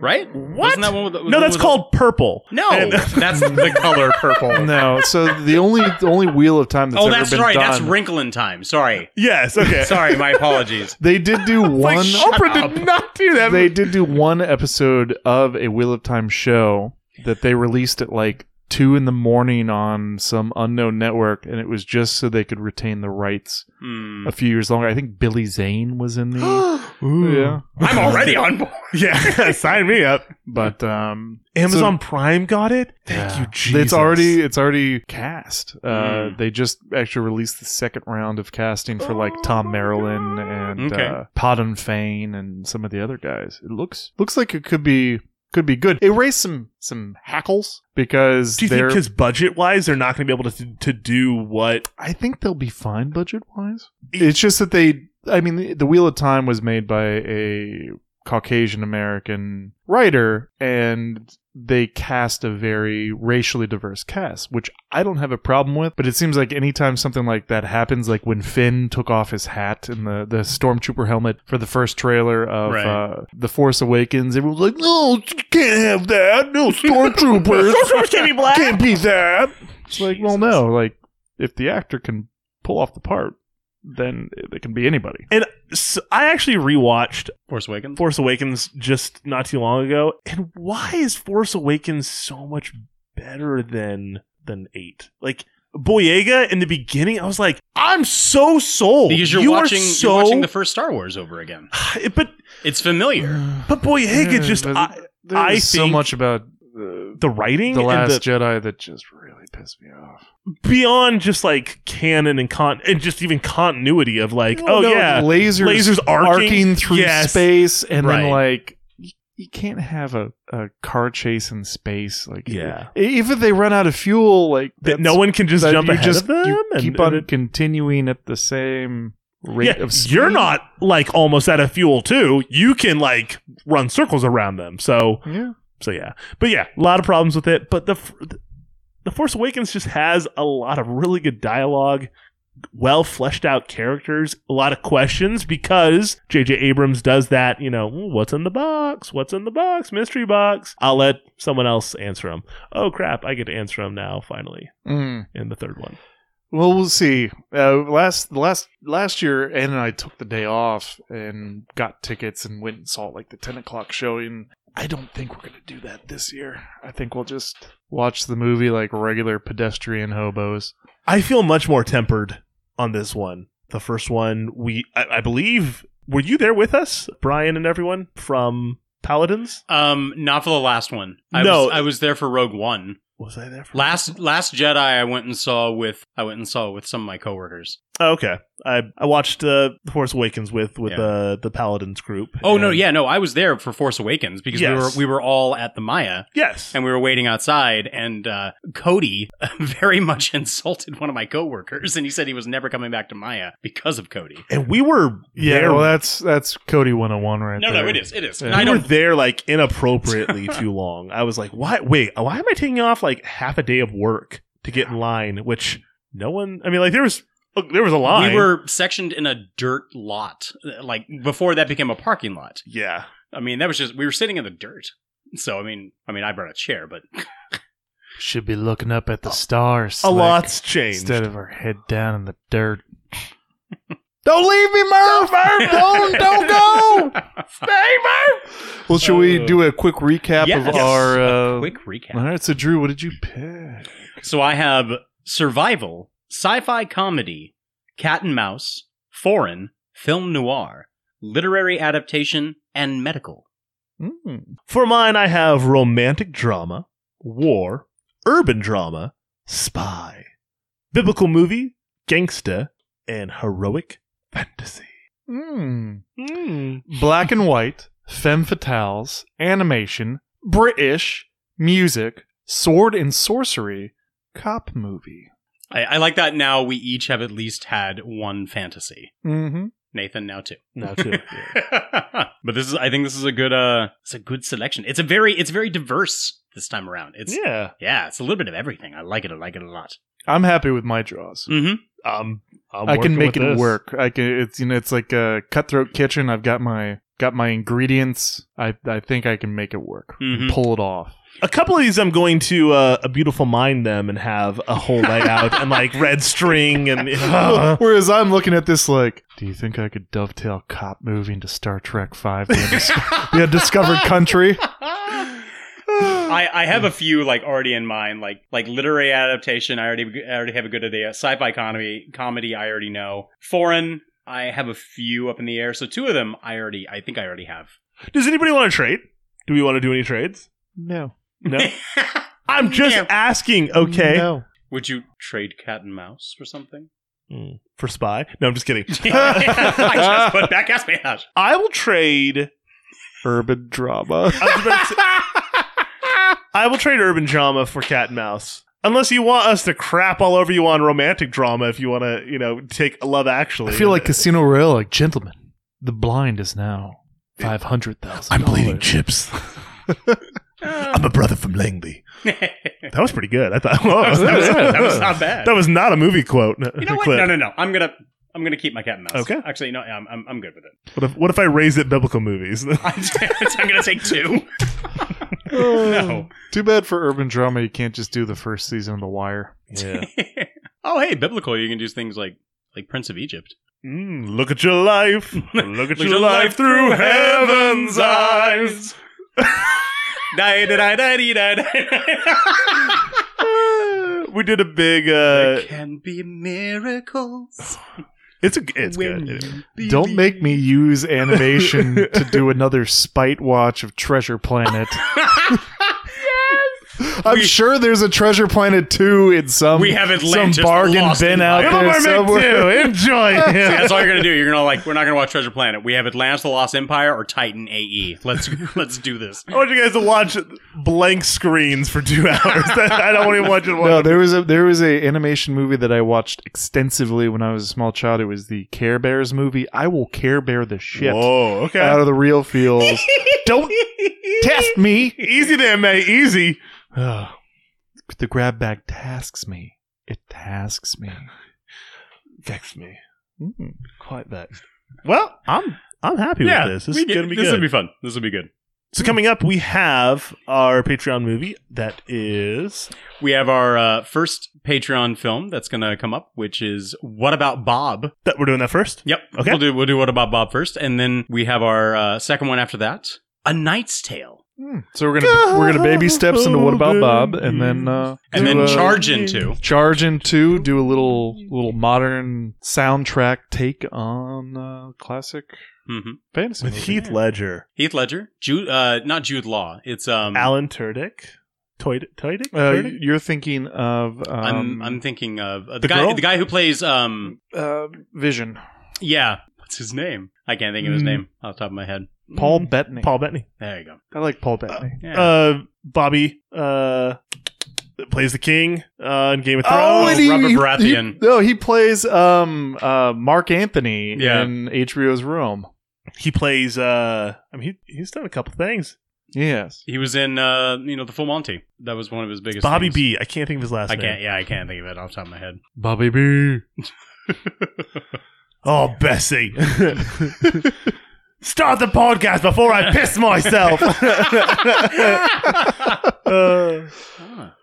right?
What?
Wasn't that one with,
no, that's
with-
called purple.
No,
And-
that's the color purple.
No, so the only the only Wheel of Time that's
oh,
ever
that's
been
right.
done.
That's Wrinkle in Time. Sorry.
yes. Okay.
Sorry, my apologies.
They did do one.
Oprah did not do that.
they did do one episode of a Wheel of Time show that they released at like two in the morning on some unknown network, and it was just so they could retain the rights
Hmm.
a few years longer. I think Billy Zane was in the yeah,
Hmm.
I'm already on board.
yeah. Sign me up.
but um,
Amazon Prime got it. Thank
yeah.
you, Jesus.
It's already it's already cast. Uh,
Mm.
They just actually released the second round of casting for
Oh
like Tom Marilyn and
Okay.
uh, Podden Fane and some of the other guys. It looks looks like it could be could be good. It raised some some hackles because
Do you think
they're.
because budget wise they're not going to be able to to do what?
I think they'll be fine budget wise. It's just that they. I mean, the- the Wheel of Time was made by a Caucasian American writer, and they cast a very racially diverse cast, which I don't have a problem with. But it seems like anytime something like that happens, like when Finn took off his hat and the, the stormtrooper helmet for the first trailer of
Right.
uh, The Force Awakens, everyone's like, no, you can't have that. No, stormtroopers. stormtroopers can't be black. Can't be that. It's like, well, no, like if the actor can pull off the part, then it can be anybody.
And so I actually rewatched
Force Awakens.
Force Awakens just not too long ago, and why is Force Awakens so much better than than eight? Like Boyega in the beginning, I was like, I'm so sold
because you're
You are
watching
so,
you're watching the first Star Wars over again.
but
It's familiar.
but Boyega
Yeah,
just
but
I,
there's
I
so
think
much about
the writing
the
and
Last
the,
Jedi that just really piss me off.
beyond just like canon and con and just even continuity of like,
No,
oh
no,
yeah,
lasers,
lasers arcing,
through
Yes.
space, and then
Right.
like y- you can't have a, a car chase in space. Like e,
Yeah.
even if they run out of fuel, like
that
that's-
no one can just
that
jump
you
ahead
just-
of them.
You
and-
keep on
and-
continuing at the same rate
yeah,
of speed.
you're not like almost out of fuel too. You can like run circles around them. So
Yeah.
so yeah, but yeah, a lot of problems with it. But the f- the Force Awakens just has a lot of really good dialogue, well fleshed out characters, a lot of questions because J.J. Abrams does that. You know, "Ooh, what's in the box? What's in the box? Mystery box. I'll let someone else answer them. Oh crap, I get to answer them now. Finally,
Mm.
in the third one.
Well, we'll see. Uh, last last last year, Ann and I took the day off and got tickets and went and saw like the ten o'clock showing. I don't think we're gonna do that this year. I think we'll just watch the movie like regular pedestrian hobos.
I feel much more tempered on this one. The first one, we I, I believe, were you there with us, Brian and everyone from Paladins?
Um, not for the last one. I
No.
was, I was there for Rogue One.
Was I there? For-
Last Last Jedi, I went and saw with I went and saw with some of my coworkers.
oh, okay, I I watched uh, The Force Awakens with with
Yeah.
uh, the Paladins group.
Oh no,
and-
yeah, no, I was there for Force Awakens because
Yes.
we were we were all at the Maya.
yes,
And we were waiting outside, and uh, Cody very much insulted one of my coworkers, and he said he was never coming back to Maya because of Cody.
and we were
Yeah,
there-
well, that's that's Cody one hundred one right
No,
there.
no, it is, it is.
Yeah.
And
we
I
were
don't.
there like inappropriately too long. I was like, why? Wait, why am I taking off like half a day of work to get in line? Which no one. I mean, like there was look, there was a line.
We were sectioned in a dirt lot, like before that became a parking lot.
yeah.
I mean, that was just we were sitting in the dirt. So I mean, I mean, I brought a chair, but
Should be looking up at the stars.
A
Slick,
lot's changed.
instead of our head down in the dirt.
Don't leave me, Murph! Murph, Don't, don't go! Stay, Murph!
Well, should we do a quick recap
Yes.
of our?
A
Uh,
quick recap.
All right, so Drew, what did you pick?
So I have survival, sci-fi comedy, cat and mouse, foreign, film noir, literary adaptation, and medical.
Mm.
Hmm. For mine, I have romantic drama, war, urban drama, spy, biblical movie, gangsta, and heroic fantasy.
Mm. Black and white, femme fatales, animation, British, music, sword and sorcery, cop movie.
I, I like that. Now we each have at least had one fantasy.
Mm-hmm.
Nathan, now two.
Now too.
but this is, I think, this is a good, uh, it's a good selection. It's a very, it's very diverse this time around. It's yeah,
yeah.
it's a little bit of everything. I like it. I like it a lot.
I'm happy with my draws.
Mm-hmm.
Um, I'm
I
working
can make it
with this.
work. I can. It's you know, it's like a cutthroat kitchen. I've got my got my ingredients. I I think I can make it work.
Mm-hmm.
Mhm.
Pull it off.
A couple of these, I'm going to uh, a beautiful mind them and have a whole layout and like red string and
Whereas I'm looking at this like, do you think I could dovetail cop movie into Star Trek Five? The, undis- the undiscovered country.
I, I have a few like already in mind, like like literary adaptation. I already I already have a good idea. Sci-fi comedy, comedy. I already know. Foreign. I have a few up in the air. So two of them, I already, I think I already have.
Does anybody want to trade? Do we want to do any trades?
No.
No. I'm just
No.
asking. Okay.
No.
Would you trade cat and mouse for something?
Mm. For spy? No, I'm just kidding. Uh,
I just put back ass out.
I will trade.
Urban drama.
I, was about to say- I will trade urban drama for cat and mouse. Unless you want us to crap all over you on romantic drama, if you want to, you know, take Love Actually.
I feel like Casino Royale, like gentlemen. The blind is now five hundred thousand.
chips. I'm a brother from Langley. That was pretty good. I thought whoa, that, was,
that was not bad.
that was not a movie quote.
You know what?
clip.
No, no, no. I'm gonna I'm gonna keep my cat and mouse.
Okay.
Actually, no. I'm I'm, I'm good with it.
What if what if I raise it biblical movies?
I'm, I'm gonna take two. no.
Too bad for urban drama, you can't just do the first season of The Wire.
yeah.
oh, hey, biblical. You can do things like like Prince of Egypt.
Mm, look at your life. Look at
Look
your life through heaven's eyes.
Da, da, da, da, dee, da, da.
we did a big.
There
uh
can be miracles.
It's a. It's
when
good.
you
Don't make me use animation to do another spite watch of Treasure Planet.
believe.
I'm sure there's a Treasure Planet 2 in some
We have
some
Atlantis
bargain
lost
bin
in
out
Bible.
there
It'll
Mermaid
somewhere.
2, enjoy.
See, that's all you're gonna do. You're gonna like. We're not gonna watch Treasure Planet. We have Atlantis: The Lost Empire or Titan AE. Let's let's do this.
I want you guys to watch blank screens for two hours. I don't want to watch it.
No, there was a there was a animation movie that I watched extensively when I was a small child. It was the Care Bears movie. I will Care Bear the shit
Whoa, okay.
out of the real feels. don't test me.
Easy there, mate. Easy.
Ugh. the grab bag tasks me. It tasks me.
Vex me.
Mm.
Quite vexed. Well, I'm I'm happy
Yeah,
with this. This
we
is
get-
gonna be
this
good.
will be fun. This will be good.
So coming up, we have our Patreon movie that is
We have our uh, first Patreon film that's going to come up, which is What About Bob?
That we're doing that first.
Yep.
Okay.
We'll do we'll do What About Bob first, and then we have our uh, second one after that, A Knight's Tale,
Hmm. So we're gonna we're gonna baby steps into what about Bob, and then uh,
and
do
then
a-
Charge Into.
charge into do a little little modern soundtrack take on uh, classic
Mm-hmm.
fantasy
with
movie.
Heath Ledger,
Heath Ledger, Jude, uh, not Jude Law. It's um.
Alan Turdick, Toyd Turdick.
Uh,
Turdick?
you're thinking of um,
I'm I'm thinking of uh, the,
the
guy
girl?
the guy who plays um
uh, Vision.
yeah what's his name I can't think of his
Mm.
name off the top of my head Mm,
Paul Bettany.
Paul Bettany.
there you go
I like Paul Bettany.
Mm-hmm. yeah.
Uh, Bobby uh, plays the king uh, in Game of
Oh,
Thrones.
and he- Robert Baratheon.
he- no, he plays um, uh, Mark Anthony
Yeah.
in HBO's Rome.
he plays. Uh, I mean, he, he's done a couple things.
Yes.
he was in uh you know the Full Monty that was one of his biggest
Bobby
things.
B. I can't think of his last
I
name.
can't yeah I can't think of it off the top of my head
Bobby B.
Oh, Bessie. Start the podcast before I piss myself. Uh,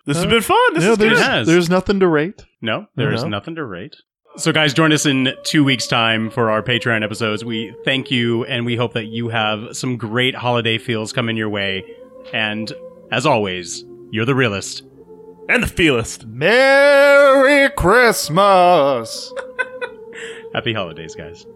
this has been fun. This
Yeah,
is good.
It has.
there's, there's nothing to rate.
No, there is
No.
nothing to rate. So, guys, join us in two weeks' time for our Patreon episodes. We thank you, and we hope that you have some great holiday feels coming your way. And as always, you're the realist.
And the feelist.
Merry Christmas.
Happy holidays, guys.